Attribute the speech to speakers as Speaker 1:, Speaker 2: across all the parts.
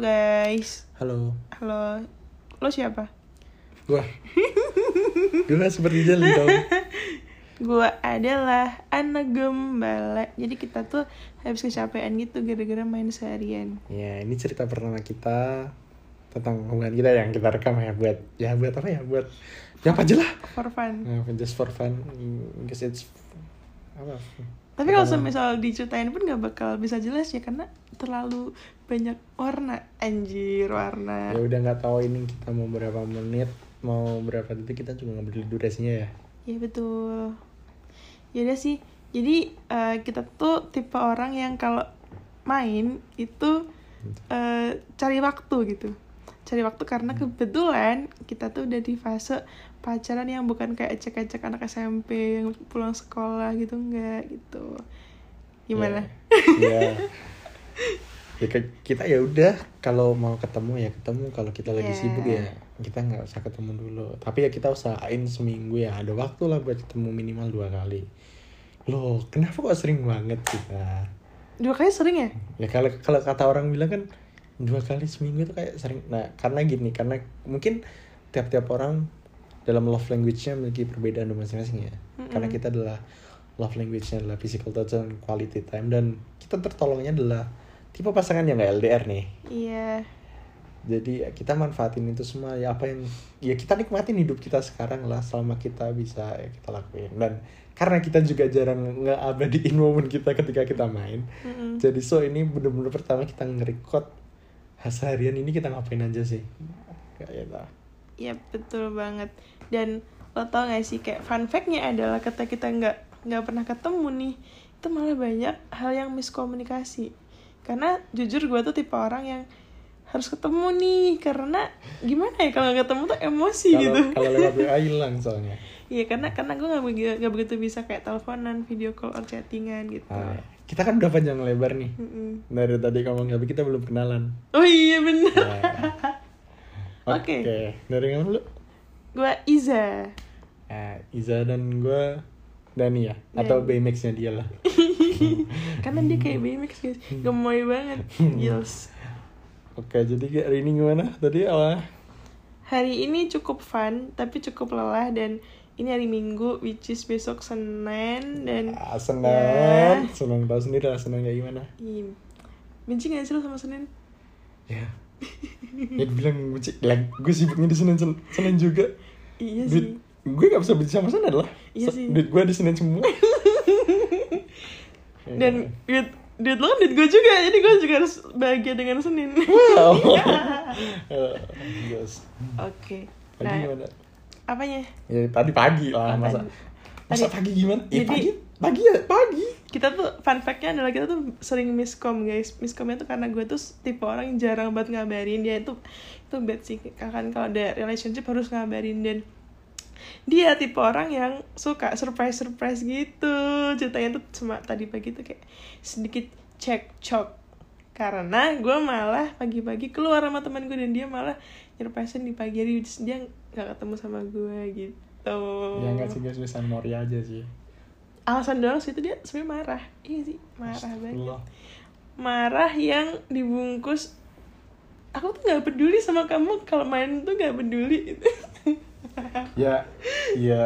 Speaker 1: guys.
Speaker 2: Halo.
Speaker 1: Halo. Lo siapa?
Speaker 2: Gua. Gua seperti jeli dong.
Speaker 1: Gua adalah anak gembala. Jadi kita tuh habis kecapean gitu gara-gara main seharian.
Speaker 2: Ya, ini cerita pertama kita tentang hubungan kita yang kita rekam ya buat ya buat apa ya buat nyapa aja lah
Speaker 1: For fun.
Speaker 2: Nah, just for fun because it's apa
Speaker 1: Tapi kalau
Speaker 2: Pertama.
Speaker 1: semisal diceritain pun gak bakal bisa jelas ya karena terlalu banyak warna. Anjir, warna.
Speaker 2: ya udah nggak tahu ini kita mau berapa menit mau berapa detik kita juga nggak beli durasinya ya
Speaker 1: Iya betul. Ya udah sih. Jadi eh, kita tuh tipe orang yang kalau main itu eh, cari waktu gitu. Cari waktu karena kebetulan kita tuh udah di fase pacaran yang bukan kayak ecek-ecek anak SMP yang pulang sekolah gitu enggak gitu. Gimana?
Speaker 2: ya, ya ke- kita ya udah kalau mau ketemu ya ketemu kalau kita
Speaker 1: Ya.
Speaker 2: lagi sibuk ya kita nggak usah ketemu dulu tapi ya kita usahain seminggu ya ada waktu lah buat ketemu minimal dua kali loh kenapa kok sering banget kita
Speaker 1: Dua kali sering ya?
Speaker 2: ya kalau kalau kata orang bilang kan dua kali seminggu itu kayak sering nah karena gini karena mungkin tiap-tiap orang dalam love language-nya memiliki perbedaan masing-masing ya karena kita adalah love language-nya adalah physical touch dan quality time dan kita tertolongnya adalah tipe pasangan yang gak LDR nih
Speaker 1: Iya.
Speaker 2: jadi ya, kita manfaatin itu semua ya apa yang ya kita nikmatin hidup kita sekarang lah selama kita bisa ya kita lakuin dan karena kita juga jarang ngeabadiin momen kita ketika kita main
Speaker 1: Mm-mm.
Speaker 2: jadi so ini bener-bener pertama kita nge-record seharian ini kita ngapain aja sih kayak gitu
Speaker 1: Iya betul banget. Dan lo tau gak sih kayak fun fact-nya adalah kata kita nggak nggak pernah ketemu nih itu malah banyak hal yang miskomunikasi. Karena jujur gue tuh tipe orang yang harus ketemu nih karena gimana ya kalau nggak ketemu tuh emosi gitu.
Speaker 2: kalau kalau lewat WA hilang soalnya
Speaker 1: Iya karena karena gue nggak begi- nggak begitu bisa kayak teleponan, video call, or chattingan gitu.
Speaker 2: Nah, kita kan udah panjang lebar nih
Speaker 1: Mm-mm.
Speaker 2: dari tadi ngomong tapi kita belum kenalan
Speaker 1: Oh iya bener.
Speaker 2: Nah.
Speaker 1: Oke.
Speaker 2: dari kamu dulu
Speaker 1: Gue Iza.
Speaker 2: Nah, Iza dan gue Dani ya atau BMX-nya dia lah
Speaker 1: Karena dia kayak BMX guys,
Speaker 2: Hmm.
Speaker 1: gemoy banget. Gils.
Speaker 2: oke jadi hari ini gimana tadi awal
Speaker 1: Hari ini cukup fun, tapi cukup lelah dan ini hari Minggu, which is besok Senin dan
Speaker 2: ah, senang senang tahu sendiri lah senang kayak gimana
Speaker 1: Ih, benci gak sih lo sama Senin?
Speaker 2: ya ya bilang gue gue sibuknya di Senin Sel- Senin juga
Speaker 1: Iya
Speaker 2: duit
Speaker 1: sih.
Speaker 2: gue gak bisa benci sama Senin lah
Speaker 1: Iya
Speaker 2: Se-
Speaker 1: sih.
Speaker 2: duit gue di Senin semua Iya.
Speaker 1: Dan duit duit lo kan duit gue juga, jadi gue juga harus bahagia dengan Senin.
Speaker 2: wow
Speaker 1: Iya.
Speaker 2: Eh, yes
Speaker 1: Oke.
Speaker 2: tadi
Speaker 1: Nah,
Speaker 2: gimana
Speaker 1: apanya?
Speaker 2: ya tadi pagi lah
Speaker 1: Ah,
Speaker 2: masa
Speaker 1: tadi.
Speaker 2: masa
Speaker 1: Tadi.
Speaker 2: pagi gimana ya,
Speaker 1: Jadi-
Speaker 2: pagi pagi ya pagi
Speaker 1: Kita tuh fun fact-nya adalah kita tuh sering miskom guys. Miskomnya tuh karena gue tuh tipe orang yang jarang banget ngabarin dia itu itu bad sih. Kan kalau ada relationship harus ngabarin dan dia tipe orang yang suka surprise surprise gitu ceritanya tuh cuma tadi pagi tuh kayak sedikit cekcok karena gue malah pagi-pagi keluar sama teman gue dan dia malah nyerpasin di pagi hari which is dia nggak ketemu sama gue gitu
Speaker 2: ya nggak sih guys biasa Moria aja sih
Speaker 1: alasan doang sih itu dia sebenarnya marah iya sih marah banget
Speaker 2: Astagfirullah.
Speaker 1: marah yang dibungkus aku tuh nggak peduli sama kamu kalau main tuh nggak peduli
Speaker 2: ya ya ya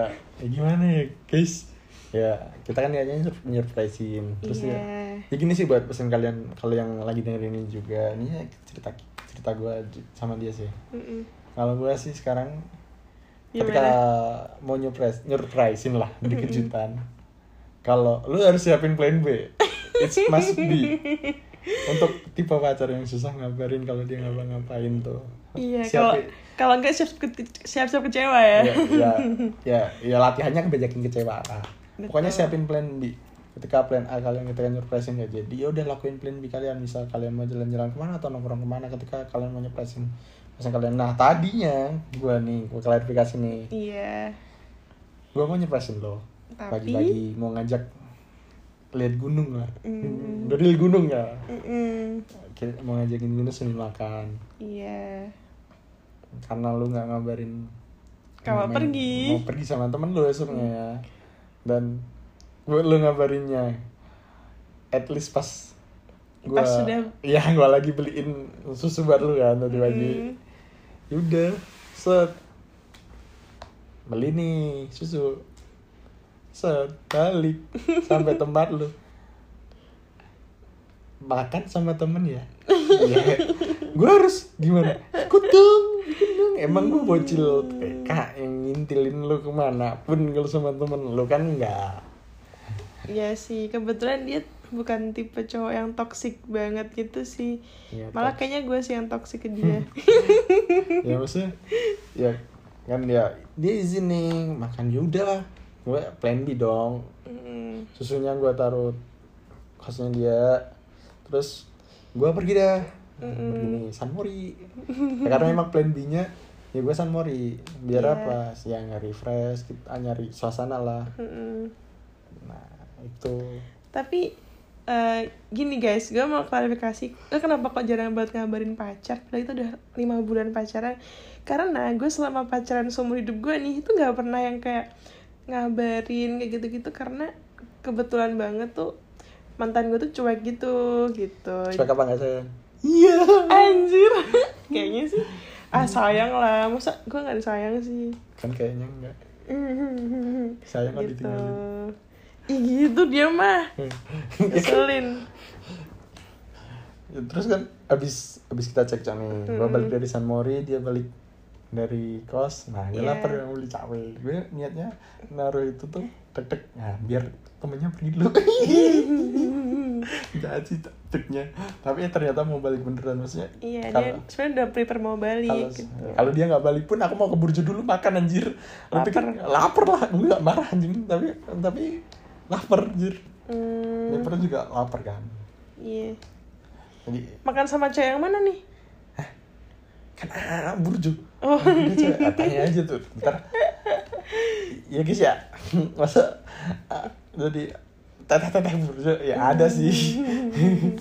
Speaker 2: gimana ya guys ya kita kan kayaknya nyur- nyurprisein terus
Speaker 1: Iya.
Speaker 2: ya ya gini sih buat pesan kalian kalau yang lagi dengerin ini juga ini ya cerita cerita gue sama dia sih
Speaker 1: Mm-mm.
Speaker 2: kalau gue sih sekarang ketika
Speaker 1: gimana
Speaker 2: mau nyurprise nyurprisein lah di kejutan kalau lu harus siapin plan B it's must be untuk tipe pacar yang susah ngabarin kalau dia ngapa-ngapain tuh
Speaker 1: iya kalau
Speaker 2: Siapin-
Speaker 1: kalau nggak siap siap siap kecewa ya
Speaker 2: ya, ya, ya, ya latihannya kebanyakan kecewa lah.
Speaker 1: Betul.
Speaker 2: Pokoknya siapin plan B. Ketika plan A kalian ketika nyurpresin nggak jadi, ya udah lakuin plan B kalian. Misal kalian mau jalan-jalan kemana atau nongkrong kemana ketika kalian mau nyurpresin pasangan kalian. Nah tadinya gua nih, gua klarifikasi nih,
Speaker 1: iya
Speaker 2: gua mau nyurpresin lo.
Speaker 1: Tapi-
Speaker 2: Pagi-pagi mau ngajak lihat gunung lah,
Speaker 1: Hmm.
Speaker 2: dari gunung ya.
Speaker 1: Mm-mm.
Speaker 2: Kita mau ngajakin gunung sambil makan.
Speaker 1: iya
Speaker 2: karena lu nggak ngabarin
Speaker 1: Kalau
Speaker 2: mau-
Speaker 1: pergi.
Speaker 2: mau pergi sama temen lu esoknya ya dan buat lu ngabarinnya at least pas gua
Speaker 1: Pas sudah-
Speaker 2: iya gua lagi beliin susu buat lu kan tadi pagi
Speaker 1: Hmm.
Speaker 2: yaudah set beli nih susu set balik sampai tempat lu makan sama temen ya Iya. gue harus gimana ikut dong ikut dong emang gue bocil TK yang ngintilin lu kemana pun kalau sama temen lu kan enggak
Speaker 1: Iya sih, kebetulan dia bukan tipe cowok yang toksik banget gitu sih.
Speaker 2: Iya,
Speaker 1: Malah kayaknya gue sih yang toksik ke dia.
Speaker 2: ya maksudnya ya kan dia dia izin nih makan yaudah gue plan B dong
Speaker 1: Mm.
Speaker 2: susunya gue taruh kosnya dia terus gue pergi dah begini Sanmori Ya, karena memang plan B nya ya gue Sanmori biar
Speaker 1: Iya.
Speaker 2: apa siang nyari fresh kita ah, nyari suasana lah
Speaker 1: Mm-mm.
Speaker 2: nah itu
Speaker 1: Tapi eh, gini guys, gue mau klarifikasi. Lo kenapa kok jarang banget ngabarin pacar? Padahal itu udah lima bulan pacaran. Karena gue selama pacaran seumur hidup gue nih itu nggak pernah yang kayak ngabarin kayak gitu-gitu karena kebetulan banget tuh mantan gue tuh cuek gitu gitu.
Speaker 2: cuek apa nggak sayang iya
Speaker 1: Anjir, kayaknya sih. Ah sayang lah, masa gue nggak disayang sih.
Speaker 2: kan kayaknya enggak sayang kan
Speaker 1: gitu.
Speaker 2: ditinggalin
Speaker 1: Ih gitu dia mah. Keselin.
Speaker 2: Ya, terus kan abis abis kita cek
Speaker 1: Hmm.
Speaker 2: nih gue balik dari San Mori dia balik dari kos nah gue
Speaker 1: Iya.
Speaker 2: lapar mau beli cawe gue niatnya naruh itu tuh tek tek nah biar temennya pergi dulu jahat sih tek teknya tapi ya ternyata mau balik beneran maksudnya
Speaker 1: Iya, dia
Speaker 2: kalau-
Speaker 1: sebenarnya udah prepare mau
Speaker 2: kalau
Speaker 1: balik. gitu.
Speaker 2: kalau dia nggak balik pun aku mau ke Burjo dulu makan anjir Lu
Speaker 1: Lapar.
Speaker 2: pikir, lapar lah gue nggak marah anjing tapi tapi lapar anjir
Speaker 1: Hmm,
Speaker 2: dia pernah juga lapar kan
Speaker 1: iya.
Speaker 2: jadi
Speaker 1: Makan sama cewek yang mana nih?
Speaker 2: kan ah, burju
Speaker 1: Oh.
Speaker 2: Udah, coy, ah, tanya aja tuh ntar ya guys ya masa ah, jadi teteh teteh burju ya ada sih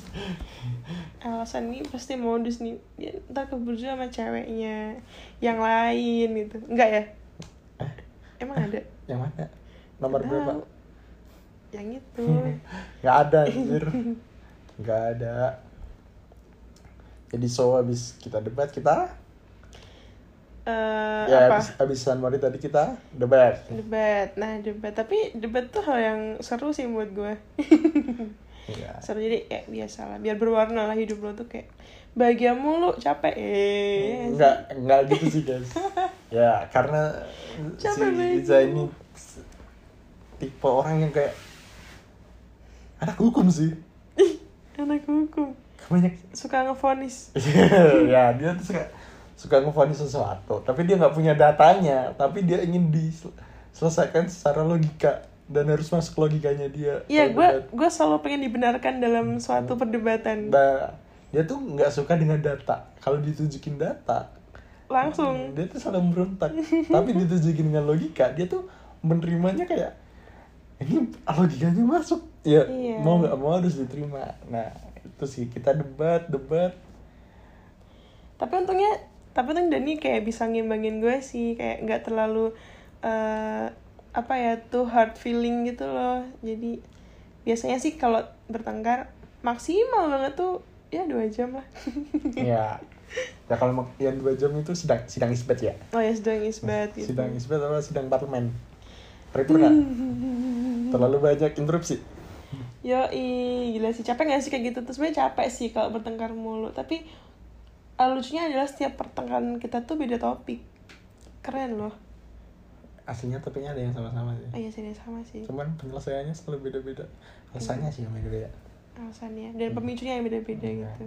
Speaker 1: Alasan ini pasti modus nih. Dia ntar keburu sama ceweknya yang lain gitu. Enggak ya? Emang ada?
Speaker 2: yang mana Eh. nomor
Speaker 1: Tahu.
Speaker 2: berapa
Speaker 1: Yang itu.
Speaker 2: nggak ada anjir nggak ada jadi so abis kita debat kita
Speaker 1: Eh,
Speaker 2: ya
Speaker 1: apa?
Speaker 2: abis, abis San Mori tadi kita debat
Speaker 1: Debat. Nah, debat. Tapi debat tuh hal yang seru sih buat gue.
Speaker 2: ya.
Speaker 1: seru jadi kayak biasa lah. Biar berwarna lah hidup lo tuh kayak bahagia mulu, capek. Eh,
Speaker 2: nggak nggak gitu sih guys ya karena si
Speaker 1: Capek banget.
Speaker 2: Iza ini tipe orang yang kayak anak hukum sih
Speaker 1: anak hukum.
Speaker 2: banyak
Speaker 1: Suka ngefonis.
Speaker 2: ya dia tuh suka suka ngefonis sesuatu tapi dia nggak punya datanya tapi dia ingin diselesaikan secara logika dan harus masuk logikanya dia
Speaker 1: Iya,
Speaker 2: Kalau
Speaker 1: gue
Speaker 2: debat.
Speaker 1: gue selalu pengen dibenarkan dalam suatu perdebatan
Speaker 2: Nah, dia tuh nggak suka dengan data kalau ditunjukin data
Speaker 1: langsung.
Speaker 2: dia tuh selalu berontak tapi ditujukin dengan logika dia tuh menerimanya kayak ini logikanya masuk ya
Speaker 1: Iya.
Speaker 2: mau nggak mau harus diterima nah itu sih kita debat debat
Speaker 1: Tapi untungnya, tapi untung Dani kayak bisa ngimbangin gue sih, kayak nggak terlalu eh, apa ya tuh hard feeling gitu loh. Jadi biasanya sih kalau bertengkar maksimal banget tuh ya dua jam lah.
Speaker 2: ya ya kalau mau- yang dua jam itu sidang sidang isbat ya
Speaker 1: oh ya sedang isbat gitu.
Speaker 2: sidang isbat apa sidang parlemen paripurna terlalu banyak interupsi
Speaker 1: Yo gila sih capek gak sih kayak gitu terus sebenarnya capek sih kalau bertengkar mulu tapi eh, lucunya adalah setiap pertengkaran kita tuh beda topik keren loh
Speaker 2: aslinya topiknya ada yang
Speaker 1: oh
Speaker 2: sama-sama sih
Speaker 1: iya sini sama sih
Speaker 2: cuman penyelesaiannya selalu beda-beda alasannya sih yang beda-beda
Speaker 1: alasannya dan pemicunya yang beda-beda
Speaker 2: Iya.
Speaker 1: gitu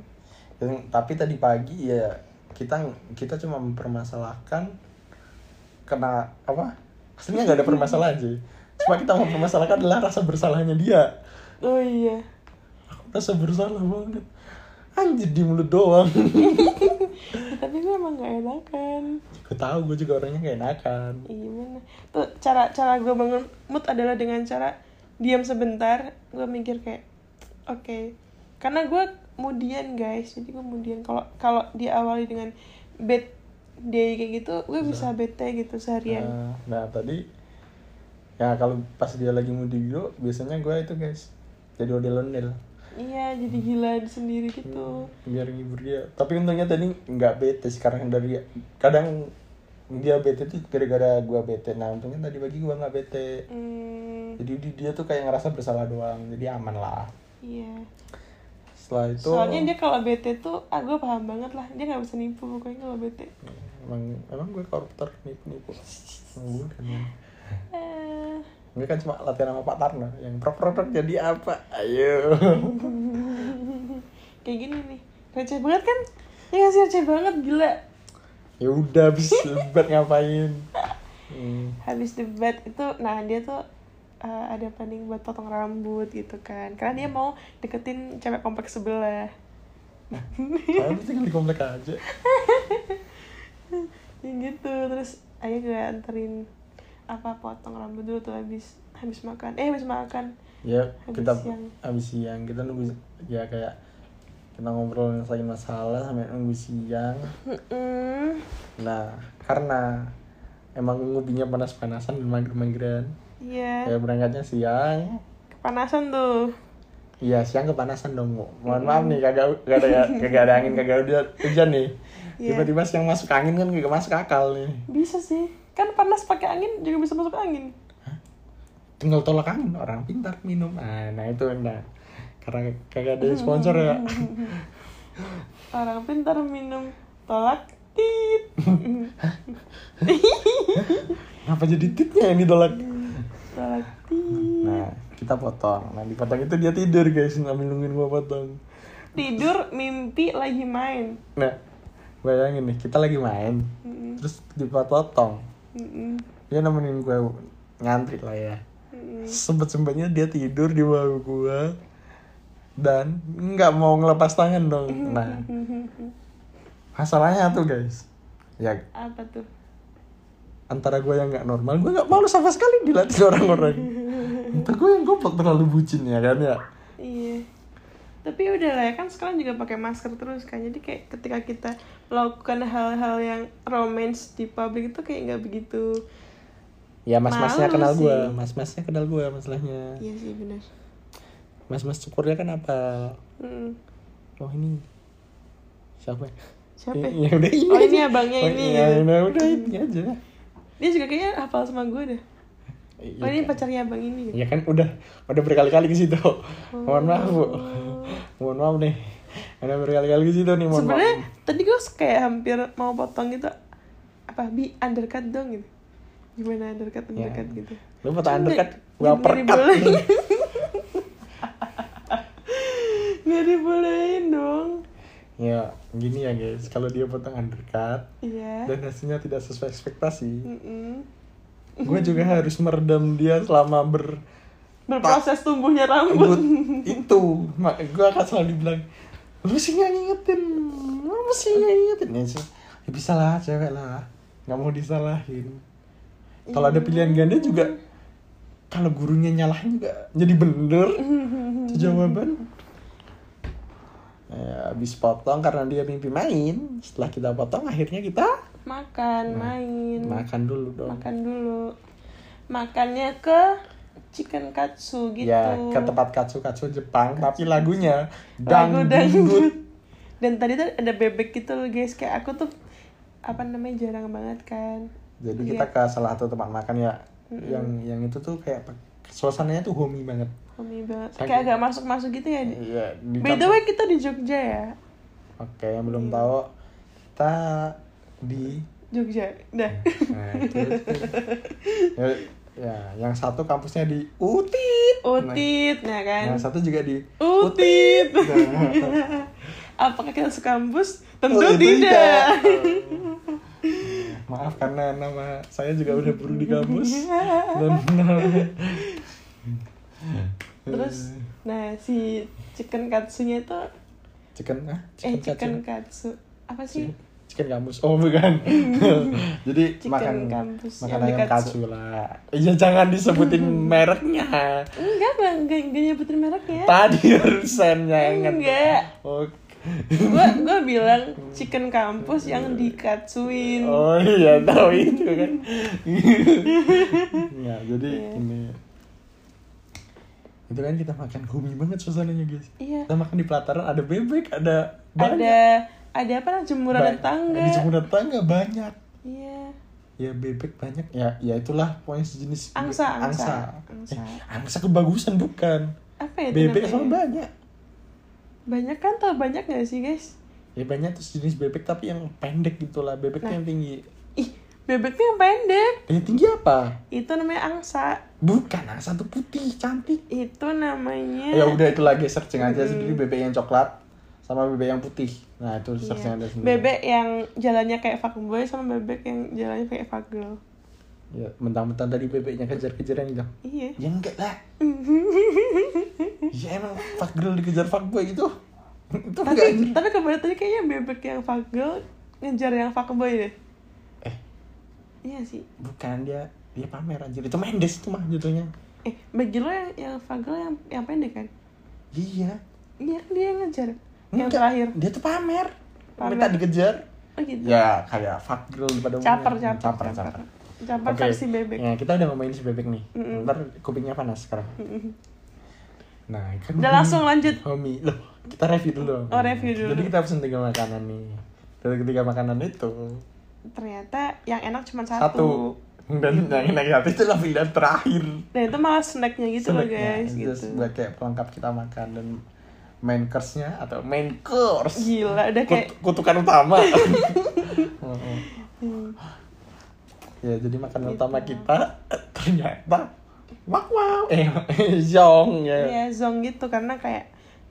Speaker 2: Dan- tapi tadi pagi ya kita kita cuma mempermasalahkan kena apa aslinya nggak ada permasalahan sih cuma kita mempermasalahkan adalah rasa bersalahnya dia
Speaker 1: oh iya
Speaker 2: rasa bersalah banget anjir di mulut doang
Speaker 1: Ya, tapi gue emang gak enakan
Speaker 2: gue tahu gue juga orangnya gak enakan
Speaker 1: Ih, gimana Iya, tuh cara cara gue bangun mood adalah dengan cara diam sebentar gue mikir kayak oke karena gue mudian guys jadi gue mudian kalau kalau diawali dengan bad day kayak gitu gue bisa bete gitu seharian
Speaker 2: Nah, nah, tadi ya kalau pas dia lagi mudik dulu biasanya gue itu guys jadi ondel ondel
Speaker 1: iya jadi gila sendiri gitu
Speaker 2: biar ngibur dia tapi untungnya tadi nggak bete sekarang dari kadang dia bete tuh gara-gara gua bete nah untungnya tadi pagi gua nggak bete
Speaker 1: hmm,
Speaker 2: jadi di- dia tuh kayak ngerasa bersalah doang jadi aman lah
Speaker 1: iya
Speaker 2: setelah itu
Speaker 1: soalnya dia kalau bete tuh ah gue paham banget lah dia nggak bisa nipu pokoknya kalau bete
Speaker 2: emang emang gue koruptor nipu nipu gue kan
Speaker 1: Eh,
Speaker 2: gue kan cuma latihan sama Pak Tarno yang prok prok prok jadi apa ayo
Speaker 1: kayak gini nih receh banget kan ya nggak sih receh banget gila
Speaker 2: ya udah habis lebat ngapain hmm.
Speaker 1: habis debat itu nah dia tuh eh, ada planning buat potong rambut gitu kan karena dia mau deketin cewek kompleks sebelah
Speaker 2: Saya tinggal di komplek aja
Speaker 1: Ya gitu terus ayah gue anterin apa potong rambut dulu tuh habis habis makan eh habis makan
Speaker 2: ya
Speaker 1: Habis
Speaker 2: kita
Speaker 1: siang.
Speaker 2: habis siang kita nunggu ya kayak kita ngobrol nyelesain masalah sampai nunggu siang
Speaker 1: Mm-mm.
Speaker 2: nah karena emang ngubinya panas-panasan dan mager-mageran
Speaker 1: iya
Speaker 2: kayak berangkatnya
Speaker 1: Eh.
Speaker 2: siang
Speaker 1: kepanasan tuh
Speaker 2: Iya siang kepanasan dong Mo. Mohon
Speaker 1: Iya.
Speaker 2: maaf nih kagak kagak ada kagak ada angin kagak ada hujan nih.
Speaker 1: Iya.
Speaker 2: Tiba-tiba siang masuk angin kan kagak masuk akal nih.
Speaker 1: bisa sih kan panas pakai angin juga bisa masuk angin
Speaker 2: Tinggal tolak angin orang pintar minum. Nah, nah itu enak. Karena kagak
Speaker 1: Hmm.
Speaker 2: ada sponsor ya.
Speaker 1: orang pintar minum tolak tit
Speaker 2: Kenapa jadi titnya ini tolak?
Speaker 1: tolak tit
Speaker 2: Nah kita potong. Nah dipotong itu dia tidur guys sambil nungguin gua potong.
Speaker 1: tidur mimpi lagi main
Speaker 2: Nah bayangin nih kita lagi main
Speaker 1: Mm-mm.
Speaker 2: terus dipotong
Speaker 1: Mm-mm.
Speaker 2: dia nemenin gue ngantri lah ya
Speaker 1: Mm-mm.
Speaker 2: sempet-sempetnya dia tidur di bawah gua dan nggak mau ngelepas tangan dong nah masalahnya tuh guys ya
Speaker 1: apa tuh
Speaker 2: antara gua yang nggak normal gua nggak malu sama sekali dilatih orang-orang entah gue yang goblok terlalu bucin ya kan ya
Speaker 1: iya tapi udah lah ya kan sekarang juga pakai masker terus kan jadi kayak ketika kita melakukan hal-hal yang romance di publik itu kayak nggak begitu
Speaker 2: ya mas-masnya
Speaker 1: Malu
Speaker 2: kenal
Speaker 1: sih.
Speaker 2: gua mas-masnya kenal gua masalahnya
Speaker 1: iya sih benar
Speaker 2: mas-mas cukurnya kan apa
Speaker 1: Mm-mm.
Speaker 2: oh ini siapa
Speaker 1: siapa
Speaker 2: Ya,
Speaker 1: ya?
Speaker 2: ya udah ini
Speaker 1: Oh, ini
Speaker 2: aja.
Speaker 1: abangnya
Speaker 2: Oh,
Speaker 1: ini,
Speaker 2: ya,
Speaker 1: gitu.
Speaker 2: udah udah ini aja
Speaker 1: dia juga kayaknya hafal sama gue deh oh ini
Speaker 2: Iya, kan?
Speaker 1: pacarnya abang ini gitu.
Speaker 2: Ya kan udah udah berkali-kali ke situ.
Speaker 1: Oh.
Speaker 2: Mohon maaf, Bu. Mohon maaf nih. Udah berkali-kali ke situ nih, mohon
Speaker 1: sebenarnya
Speaker 2: maaf.
Speaker 1: tadi gue kayak hampir mau potong gitu apa bi undercut dong gitu gimana undercut undercut gitu
Speaker 2: Lu foto Iya. Oh, undercut,
Speaker 1: Cuma
Speaker 2: gua
Speaker 1: nggak
Speaker 2: uppercut.
Speaker 1: dibolehin. nggak dibolehin dong
Speaker 2: Ya, gini ya, guys. Kalau dia potong undercut
Speaker 1: iya
Speaker 2: dan hasilnya tidak sesuai ekspektasi,
Speaker 1: Mm-mm. Hmm.
Speaker 2: gue juga harus meredam dia selama ber
Speaker 1: berproses tumbuhnya rambut
Speaker 2: rambut itu Mak- gua akan selalu dibilang lu sih nggak ngingetin lu mesti nggak ngingetin ya, sih. ya bisa lah cewek lah nggak mau disalahin kalau
Speaker 1: Iya.
Speaker 2: ada pilihan ganda juga kalau gurunya nyalahin juga jadi bener itu
Speaker 1: Iya.
Speaker 2: jawaban ya, habis potong karena dia mimpi main setelah kita potong akhirnya kita
Speaker 1: makan main
Speaker 2: makan dulu dong
Speaker 1: Iya. makan dulu makannya ke chicken katsu gitu
Speaker 2: ya ke tempat katsu katsu Jepang tapi lagunya
Speaker 1: Lagu
Speaker 2: dangdut
Speaker 1: dan tadi tuh ada bebek gitu loh guys kayak aku tuh apa namanya jarang banget kan Iya.
Speaker 2: Jadi kita ke salah satu tempat makan ya, yang yang itu tuh kayak pe- suasananya tuh homey banget.
Speaker 1: homey banget
Speaker 2: Saking-
Speaker 1: kayak agak masuk masuk gitu ya Di?
Speaker 2: Iya. di
Speaker 1: by the
Speaker 2: kampung-
Speaker 1: way Iya. kita di Jogja ya
Speaker 2: Oke, yang belum tahu kita di
Speaker 1: Jogja dah
Speaker 2: nah, itu, itu. ya, ya, yang satu kampusnya di Utit.
Speaker 1: utit ya kan
Speaker 2: Yang satu juga di
Speaker 1: utit apakah kita sekampus tentu
Speaker 2: Oh, itu
Speaker 1: tidak
Speaker 2: Maaf karena nama saya juga udah buru di kampus. Dan
Speaker 1: terus nah si chicken katsunya itu
Speaker 2: chicken ah,
Speaker 1: eh
Speaker 2: chicken,
Speaker 1: chicken katsu
Speaker 2: katsu.
Speaker 1: apa sih
Speaker 2: chicken kampus oh bukan jadi
Speaker 1: Chicken
Speaker 2: makan
Speaker 1: kampus
Speaker 2: makan
Speaker 1: yang
Speaker 2: ayam
Speaker 1: dekat
Speaker 2: katsu lah iya jangan disebutin mereknya
Speaker 1: enggak bang enggak enggak nyebutin mereknya
Speaker 2: tadi urusannya ingat ya?
Speaker 1: enggak
Speaker 2: oke
Speaker 1: gua gua bilang chicken kampus yang dikatsuin
Speaker 2: oh iya tahu itu kan ya jadi
Speaker 1: Iya.
Speaker 2: ini itu kan kita makan gumi banget suasananya guys
Speaker 1: Iya.
Speaker 2: kita makan di pelataran ada bebek ada
Speaker 1: ada
Speaker 2: banyak
Speaker 1: ada apa lah jemuran
Speaker 2: Ba-
Speaker 1: tetangga
Speaker 2: di jemuran tetangga banyak
Speaker 1: iya
Speaker 2: ya bebek banyak ya ya itulah pokoknya sejenis be-
Speaker 1: Angsa, angsa.
Speaker 2: angsa
Speaker 1: Angsa.
Speaker 2: Eh, angsa kebagusan bukan
Speaker 1: apa ya itu namanya?
Speaker 2: bebek sama banyak
Speaker 1: banyak kan tau banyak gak sih guys
Speaker 2: ya banyak tuh sejenis bebek tapi yang pendek gitu gitulah
Speaker 1: Nah.
Speaker 2: bebeknya yang tinggi
Speaker 1: ih bebeknya yang pendek
Speaker 2: yang tinggi apa
Speaker 1: itu namanya angsa
Speaker 2: bukan angsa tuh putih cantik
Speaker 1: itu namanya
Speaker 2: ya udah itu lagi searching aja
Speaker 1: Mm-mm.
Speaker 2: sendiri bebek yang coklat sama bebek yang putih nah itu
Speaker 1: Iya.
Speaker 2: searching anda sendiri
Speaker 1: bebek yang jalannya kayak fuckboy sama bebek yang jalannya kayak fuckgirl
Speaker 2: ya mentang-mentang tadi bebeknya kejar-kejaran gitu
Speaker 1: iya
Speaker 2: ya enggak lah ya emang fuck girl dikejar fuck boy gitu itu
Speaker 1: tapi
Speaker 2: enggak anjir.
Speaker 1: tapi kemarin tadi kayaknya bebek yang fuckgirl ngejar yang fuckboy deh
Speaker 2: eh
Speaker 1: iya sih
Speaker 2: bukan dia dia pamer anjir itu Mendes itu mah jatuhnya
Speaker 1: eh bagi lo yang yang fuckgirl yang yang pendek kan
Speaker 2: iya
Speaker 1: iya kan dia yang ngejar yang
Speaker 2: Enggak,
Speaker 1: terakhir
Speaker 2: dia tuh pamer
Speaker 1: Pamer.
Speaker 2: minta dikejar
Speaker 1: oh gitu
Speaker 2: ya kayak fuck girl pada umumnya.
Speaker 1: caper caper
Speaker 2: caper caper,
Speaker 1: Caper
Speaker 2: Oke,
Speaker 1: versi bebek
Speaker 2: ya, kita udah ngomongin si bebek nih
Speaker 1: Mm-mm.
Speaker 2: ntar kupingnya panas sekarang nah kan
Speaker 1: Udah
Speaker 2: homi-
Speaker 1: langsung lanjut.
Speaker 2: homi loh kita review dulu
Speaker 1: Oh, review dulu.
Speaker 2: jadi kita pesen tiga makanan nih dari ketiga makanan itu
Speaker 1: ternyata yang enak cuma satu.
Speaker 2: satu, dan yang enak satu itu lah pilihan terakhir
Speaker 1: dan Nah, itu malah snacknya gitu loh
Speaker 2: Snacknya.
Speaker 1: guys
Speaker 2: Itu
Speaker 1: gitu
Speaker 2: buat kayak pelengkap kita makan dan main course-nya atau main course
Speaker 1: gila Iya, udah kayak
Speaker 2: Kut- kutukan utama Heeh.
Speaker 1: hmm,
Speaker 2: ya jadi makanan
Speaker 1: Gitu.
Speaker 2: utama kita eh, ternyata mak wow eh zong ya
Speaker 1: ya zong gitu karena kayak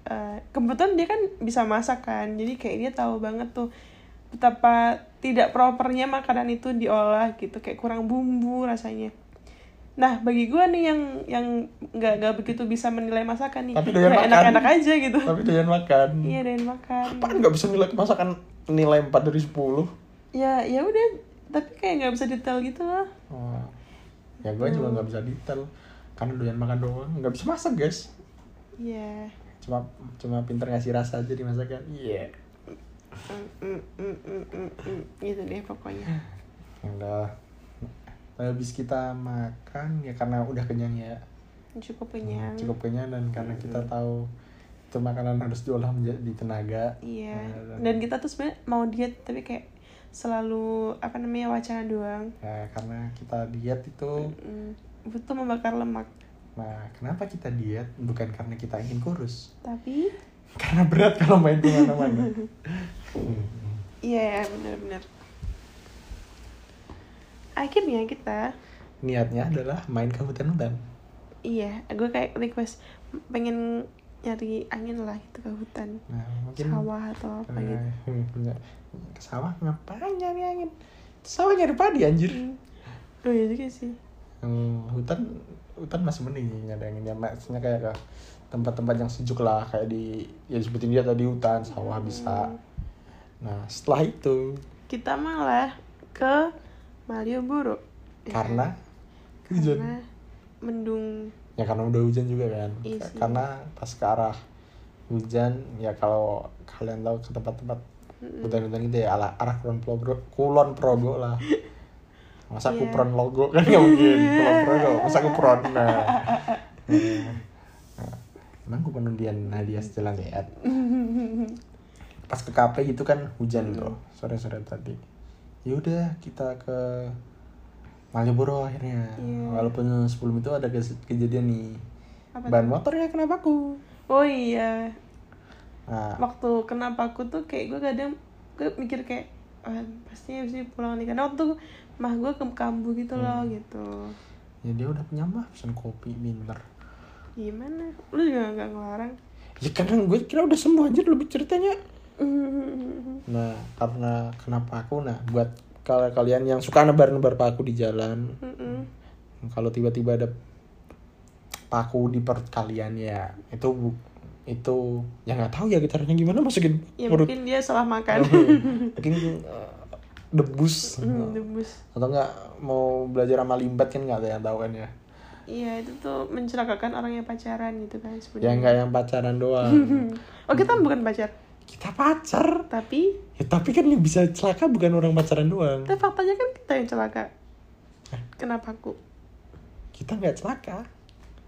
Speaker 1: eh, kebetulan dia kan bisa masak kan jadi kayak dia tahu banget tuh betapa tidak propernya makanan itu diolah gitu kayak kurang bumbu rasanya nah bagi gua nih yang yang nggak nggak begitu bisa menilai masakan nih
Speaker 2: Tapi doyan
Speaker 1: kayak
Speaker 2: makan.
Speaker 1: enak-enak aja gitu
Speaker 2: tapi doyan makan
Speaker 1: iya doyan makan
Speaker 2: apa nggak bisa nilai masakan nilai 4 dari 10
Speaker 1: ya ya udah tapi kayak nggak bisa detail gitu lah
Speaker 2: Wah. ya gue juga nggak bisa detail karena doyan makan doang nggak bisa masak guys
Speaker 1: ya
Speaker 2: cuma cuma pinter ngasih rasa aja di masakan iya
Speaker 1: Mm, mm, mm, mm, mm, mm. gitu deh pokoknya
Speaker 2: udah habis kita makan ya karena udah kenyang ya
Speaker 1: cukup kenyang
Speaker 2: cukup kenyang dan karena kita tahu itu makanan harus diolah menjadi tenaga
Speaker 1: iya
Speaker 2: Nah,
Speaker 1: dan kita tuh sebenarnya mau diet tapi kayak selalu apa namanya wacana doang
Speaker 2: ya, karena kita diet itu
Speaker 1: Mm, butuh membakar lemak
Speaker 2: nah kenapa kita diet bukan karena kita ingin kurus
Speaker 1: tapi
Speaker 2: karena berat kalau main di mana-mana Hmm.
Speaker 1: iya ya benar-benar akhirnya kita
Speaker 2: niatnya adalah main ke hutan-hutan
Speaker 1: iya gue kayak request pengen nyari angin lah gitu ke hutan
Speaker 2: nah mungkin
Speaker 1: sawah atau apa gitu
Speaker 2: eh, punya- ke sawah ngapain nyari angin sawah nyari padi anjir
Speaker 1: Hmm. oh iya juga sih
Speaker 2: Hmm, hutan hutan masih mending ada anginnya maksudnya kayak ke tempat-tempat yang sejuk lah kayak di ya sebutin dia tadi hutan sawah bisa nah setelah itu
Speaker 1: kita malah ke Malioboro ya kan?
Speaker 2: karena hujan
Speaker 1: Karena mendung
Speaker 2: ya karena udah hujan juga kan
Speaker 1: Iya
Speaker 2: Ka-
Speaker 1: sih.
Speaker 2: karena pas ke arah hujan ya kalau kalian tahu ke tempat-tempat hutan-hutan gitu ya ala arah kulon progo kulon progo lah masa
Speaker 1: Iya.
Speaker 2: kupron logo kan nggak mungkin kulon progo masa kupron nah Nah. Nah. emang gue penundian hadiah sejalan sehat pas ke KP gitu kan hujan tuh sore-sore tadi yaudah kita ke Malioboro akhirnya
Speaker 1: Iya.
Speaker 2: walaupun sebelum itu ada kes- kejadian nih
Speaker 1: Apa
Speaker 2: ban motornya kenapa aku
Speaker 1: oh iya
Speaker 2: nah,
Speaker 1: waktu kenapa aku tuh kayak gue kadang gue mikir kayak "Ah, pasti habis ini pulang nih karena waktu mah gue ke kambu gitu loh gitu
Speaker 2: ya dia udah punya mah pesan kopi pinter
Speaker 1: gimana lu juga nggak ngelarang
Speaker 2: ya karena gue kira udah sembuh aja lebih ceritanya nah karena kenapa aku nah buat kalau kalian yang suka nebar-nebar paku di jalan
Speaker 1: Mm-mm.
Speaker 2: kalau tiba-tiba ada paku di perut kalian ya itu bu- itu ya nggak tahu ya gitarnya gimana masukin
Speaker 1: ya
Speaker 2: perut
Speaker 1: mungkin kan. dia salah makan
Speaker 2: mungkin eh, debus
Speaker 1: Hmm, debus
Speaker 2: atau nggak mau belajar sama limbat kan nggak ada yang tahu kan ya
Speaker 1: iya itu tuh mencelakakan orang yang pacaran gitu kan
Speaker 2: ya
Speaker 1: sebenarnya
Speaker 2: nggak yang pacaran doang
Speaker 1: oh kita bukan pacar
Speaker 2: kita pacar
Speaker 1: tapi
Speaker 2: ya tapi kan yang bisa celaka bukan orang pacaran doang
Speaker 1: tapi faktanya kan kita yang celaka kenapa aku
Speaker 2: kita nggak celaka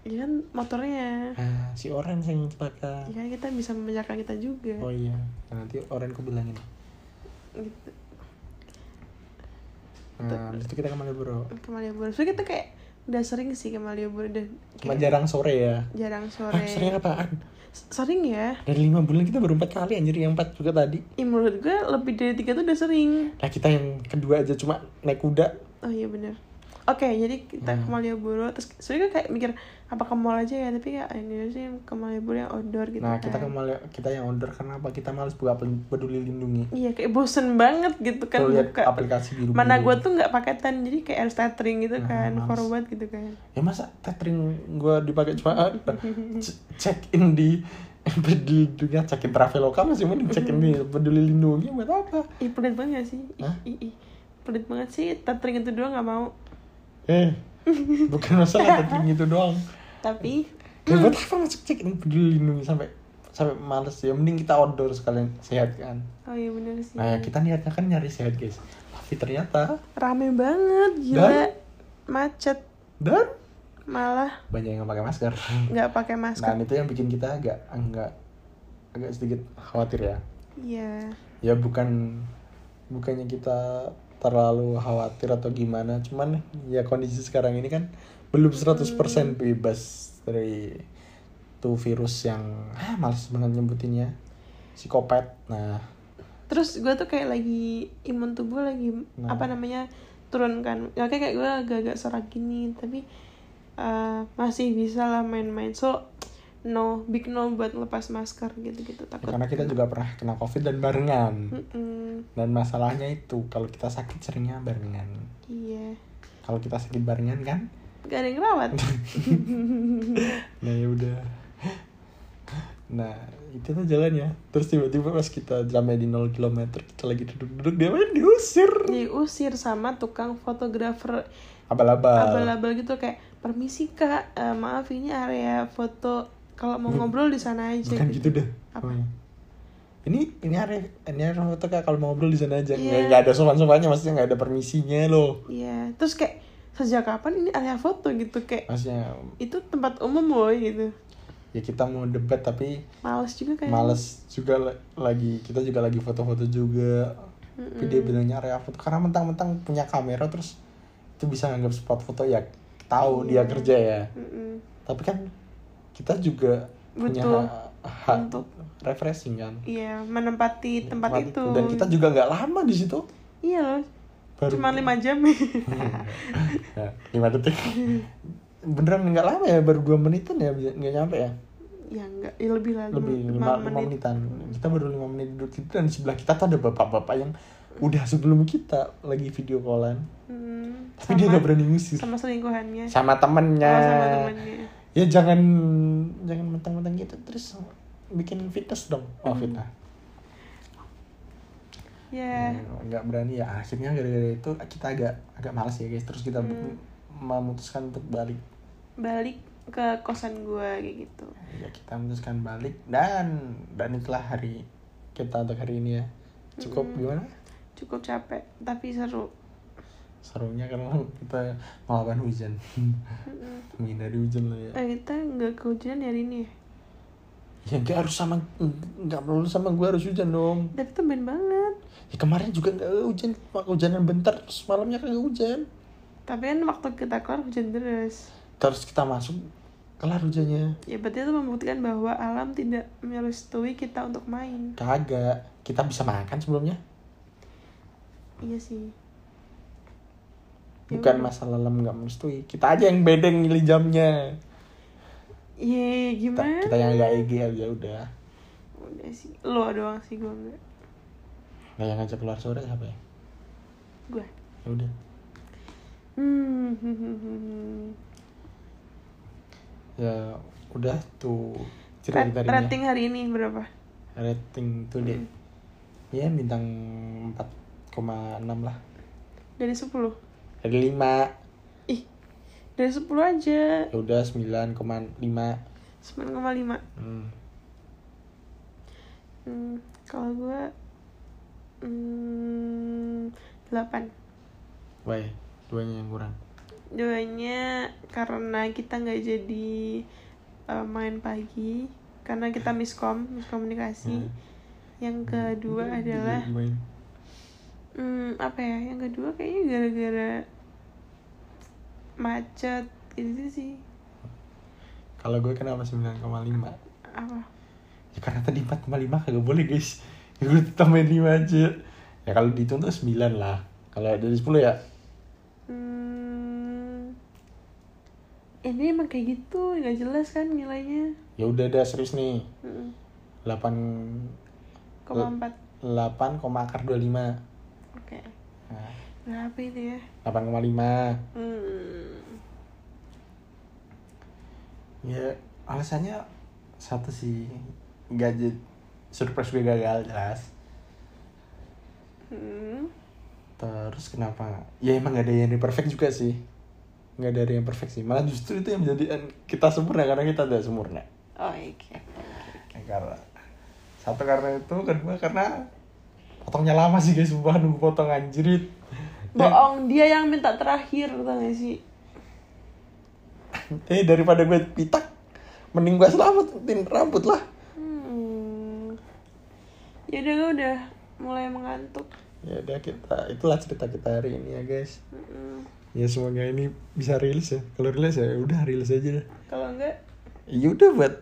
Speaker 1: ya kan motornya
Speaker 2: ah si orang yang celaka
Speaker 1: ya kan kita bisa membedakan kita juga
Speaker 2: oh iya nah, nanti orang aku bilangin
Speaker 1: gitu
Speaker 2: nah habis itu kita ke Malioboro
Speaker 1: ke Malioboro so kita kayak udah sering sih ke Malioboro dan
Speaker 2: cuma jarang sore ya
Speaker 1: jarang sore
Speaker 2: ah, sering apaan
Speaker 1: S- sering ya
Speaker 2: dari lima bulan kita baru empat kali anjir yang empat juga tadi
Speaker 1: Ih, menurut gue lebih dari tiga tuh udah sering
Speaker 2: nah kita yang kedua aja cuma naik kuda
Speaker 1: oh iya bener oke jadi kita
Speaker 2: Hmm.
Speaker 1: ke Malioboro terus sebenarnya kayak mikir apa ke mall aja ya tapi ya ini sih ke Malioboro yang outdoor gitu
Speaker 2: nah kita ke
Speaker 1: kan.
Speaker 2: Malio- kita yang order karena apa kita males buka pen- peduli lindungi
Speaker 1: iya kayak bosen banget gitu kan
Speaker 2: Kalau lihat
Speaker 1: buka
Speaker 2: aplikasi biru
Speaker 1: mana gue tuh nggak paketan jadi kayak air stuttering gitu
Speaker 2: Nah,
Speaker 1: kan
Speaker 2: males.
Speaker 1: forward gitu kan
Speaker 2: ya masa tethering gua dipakai cuma ah, c- check in di peduli lindungi check in traveloka masih mending check in di peduli lindungi buat apa
Speaker 1: ih pelit banget gak sih ih,
Speaker 2: Hah?
Speaker 1: ih, ih. pelit banget sih stuttering itu doang nggak mau
Speaker 2: eh bukan masalah tethering itu doang
Speaker 1: tapi
Speaker 2: ya buat apa masuk check in peduli lindungi sampai sampai males ya mending kita outdoor sekalian sehat kan
Speaker 1: oh iya bener sih
Speaker 2: nah ya kita niatnya kan nyari sehat guys tapi ternyata
Speaker 1: rame banget gila
Speaker 2: Dan?
Speaker 1: macet
Speaker 2: dan
Speaker 1: malah
Speaker 2: banyak yang nggak pakai masker
Speaker 1: nggak pakai
Speaker 2: nah
Speaker 1: masker
Speaker 2: itu yang bikin kita agak agak agak sedikit khawatir ya
Speaker 1: iya
Speaker 2: ya bukan bukannya kita terlalu khawatir atau gimana cuman ya kondisi sekarang ini kan belum 100% bebas dari tuh virus yang ah males banget nyebutinnya psikopat nah
Speaker 1: terus gue tuh kayak lagi imun tubuh lagi
Speaker 2: Nah.
Speaker 1: apa namanya turun kan ya kayak, kayak gue agak-agak sorak gini tapi eh, masih bisa lah main-main so no big no buat lepas masker gitu-gitu
Speaker 2: ya
Speaker 1: takut
Speaker 2: karena kita juga pernah kena covid dan
Speaker 1: Hmm.
Speaker 2: barengan
Speaker 1: Mm-mm,
Speaker 2: dan masalahnya itu kalau kita sakit seringnya barengan
Speaker 1: iya
Speaker 2: kalau kita sakit barengan kan
Speaker 1: gak ada yang rawat
Speaker 2: nah ya udah nah itu tuh jalannya terus tiba-tiba pas kita jalannya di 0 km kita lagi duduk-duduk dia main diusir
Speaker 1: diusir sama tukang fotografer
Speaker 2: abal-abal
Speaker 1: abal-abal gitu kayak permisi kak eh, maaf ini area foto kalau mau ngobrol di sana aja
Speaker 2: bukan gitu deh
Speaker 1: Apa?
Speaker 2: namanya. ini ini area ini area foto kak kalau mau ngobrol di sana aja nggak
Speaker 1: Iya.
Speaker 2: nggak ada sopan-sopannya maksudnya nggak ada permisinya loh
Speaker 1: iya terus kayak sejak kapan ini area foto gitu kayak
Speaker 2: maksudnya
Speaker 1: itu tempat umum boy gitu
Speaker 2: ya kita mau debat tapi
Speaker 1: males juga kayak
Speaker 2: males juga la- lagi kita juga lagi foto-foto juga tapi dia
Speaker 1: Hmm.
Speaker 2: bilangnya area foto karena mentang-mentang punya kamera terus itu bisa nganggap spot foto ya tahu
Speaker 1: Hmm.
Speaker 2: dia kerja ya
Speaker 1: Mm-mm.
Speaker 2: tapi kan kita juga punya
Speaker 1: Betul.
Speaker 2: ha- hak
Speaker 1: Untuk-
Speaker 2: refreshing kan
Speaker 1: iya menempati tempat,
Speaker 2: Tempat
Speaker 1: itu
Speaker 2: dan kita juga nggak lama di situ
Speaker 1: iya loh
Speaker 2: Baru-
Speaker 1: cuma lima jam
Speaker 2: Ya, lima detik beneran nggak lama ya baru dua menitan ya bisa- nggak nyampe ya
Speaker 1: ya enggak ya lebih lah
Speaker 2: lebih
Speaker 1: lima-
Speaker 2: lima, lima menitan kita baru lima menit duduk gitu dan di sebelah kita tuh ada bapak-bapak yang udah sebelum kita lagi video callan
Speaker 1: Hmm,
Speaker 2: tapi dia nggak berani ngusir
Speaker 1: sama selingkuhannya
Speaker 2: sama temennya,
Speaker 1: Oh, sama temennya
Speaker 2: ya jangan jangan mentang-mentang gitu terus bikin fitness dong oh
Speaker 1: Hmm.
Speaker 2: fitnah
Speaker 1: ya
Speaker 2: Hmm, nggak berani ya akhirnya gara-gara itu kita agak agak malas ya guys terus kita
Speaker 1: Hmm.
Speaker 2: memutuskan untuk balik
Speaker 1: balik ke kosan gua kayak gitu
Speaker 2: ya kita memutuskan balik dan dan itulah hari kita untuk hari ini ya cukup
Speaker 1: Hmm.
Speaker 2: gimana
Speaker 1: cukup capek tapi seru
Speaker 2: serunya karena kita melawan hujan menghindari hujan lah ya
Speaker 1: Hmm. eh, kita nggak kehujanan hari ini ya
Speaker 2: ya nggak harus sama nggak perlu sama gue harus hujan dong
Speaker 1: tapi tumben banget
Speaker 2: ya kemarin juga nggak hujan cuma hujanan bentar terus malamnya kagak hujan
Speaker 1: tapi kan waktu kita keluar hujan deras
Speaker 2: terus kita masuk kelar hujannya
Speaker 1: ya berarti itu membuktikan bahwa alam tidak merestui kita untuk main
Speaker 2: kagak kita bisa makan sebelumnya
Speaker 1: iya sih Ya
Speaker 2: bukan
Speaker 1: udah.
Speaker 2: masalah lem nggak merestui kita aja yang bedeng milih jamnya
Speaker 1: Ye,
Speaker 2: kita,
Speaker 1: gimana
Speaker 2: kita yang nggak EGL ya udah
Speaker 1: udah sih lo doang sih gua enggak
Speaker 2: nggak yang ngajak keluar sore siapa ya
Speaker 1: gua
Speaker 2: ya udah
Speaker 1: hmm, hmm, hmm, hmm.
Speaker 2: ya udah tuh cerita
Speaker 1: Rat-
Speaker 2: kita harinya.
Speaker 1: rating Hmm. hari ini berapa
Speaker 2: rating today ya bintang 4,6 lah
Speaker 1: dari 10
Speaker 2: dari 5
Speaker 1: ih dari 10 aja
Speaker 2: ya udah 9,5
Speaker 1: 9,5
Speaker 2: hmm.
Speaker 1: Hmm, kalau hmm, gue hmm, 8
Speaker 2: Why? duanya yang kurang
Speaker 1: duanya karena kita nggak jadi eh, main pagi karena kita miskom miskomunikasi
Speaker 2: Hmm.
Speaker 1: yang kedua adalah
Speaker 2: Gimana?
Speaker 1: hmm, apa ya yang kedua kayaknya gara-gara macet gitu sih
Speaker 2: Kalau gue kan kenapa 9,5?
Speaker 1: apa
Speaker 2: Ya karena tadi 4,5 kagak boleh guys. Ya gue tambahin 5 aja. Ya kalau dihitung tuh 9 lah. Kalau dari 10 ya
Speaker 1: hmm, ini emang kayak gitu nggak jelas kan nilainya
Speaker 2: ya udah dah serius nih.
Speaker 1: Mm-mm.
Speaker 2: 8
Speaker 1: koma empat
Speaker 2: 8, akar 25.
Speaker 1: oke
Speaker 2: Nah,
Speaker 1: berapa itu ya
Speaker 2: 8,5.
Speaker 1: hmm.
Speaker 2: Ya alasannya satu sih gadget surprise gue gagal jelas.
Speaker 1: hmm.
Speaker 2: Terus kenapa? Ya emang gak ada yang perfect juga sih. Gak ada yang perfect sih. Malah justru itu yang menjadi kita sempurna karena kita tidak sempurna.
Speaker 1: Oh, oke
Speaker 2: Ya, karena satu karena itu, kedua karena potongnya lama sih guys, sumpah nunggu potong anjrit. Dan-
Speaker 1: bohong dia yang minta terakhir tau gak sih
Speaker 2: eh daripada gue pitak, mending gue selamatin rambut lah.
Speaker 1: hmm. ya udah gue udah mulai mengantuk
Speaker 2: Ya udah kita, itulah cerita kita hari ini ya guys.
Speaker 1: Mm-mm.
Speaker 2: Ya semoga ini bisa rilis ya. Kalau rilis ya udah rilis aja dah.
Speaker 1: kalau enggak
Speaker 2: Ya udah buat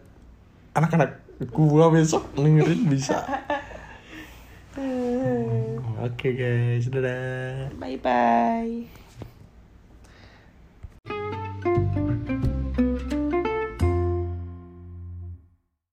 Speaker 2: anak-anak gua besok dengerin bisa.
Speaker 1: hmm.
Speaker 2: Hmm. Oke guys, dadah.
Speaker 1: bye bye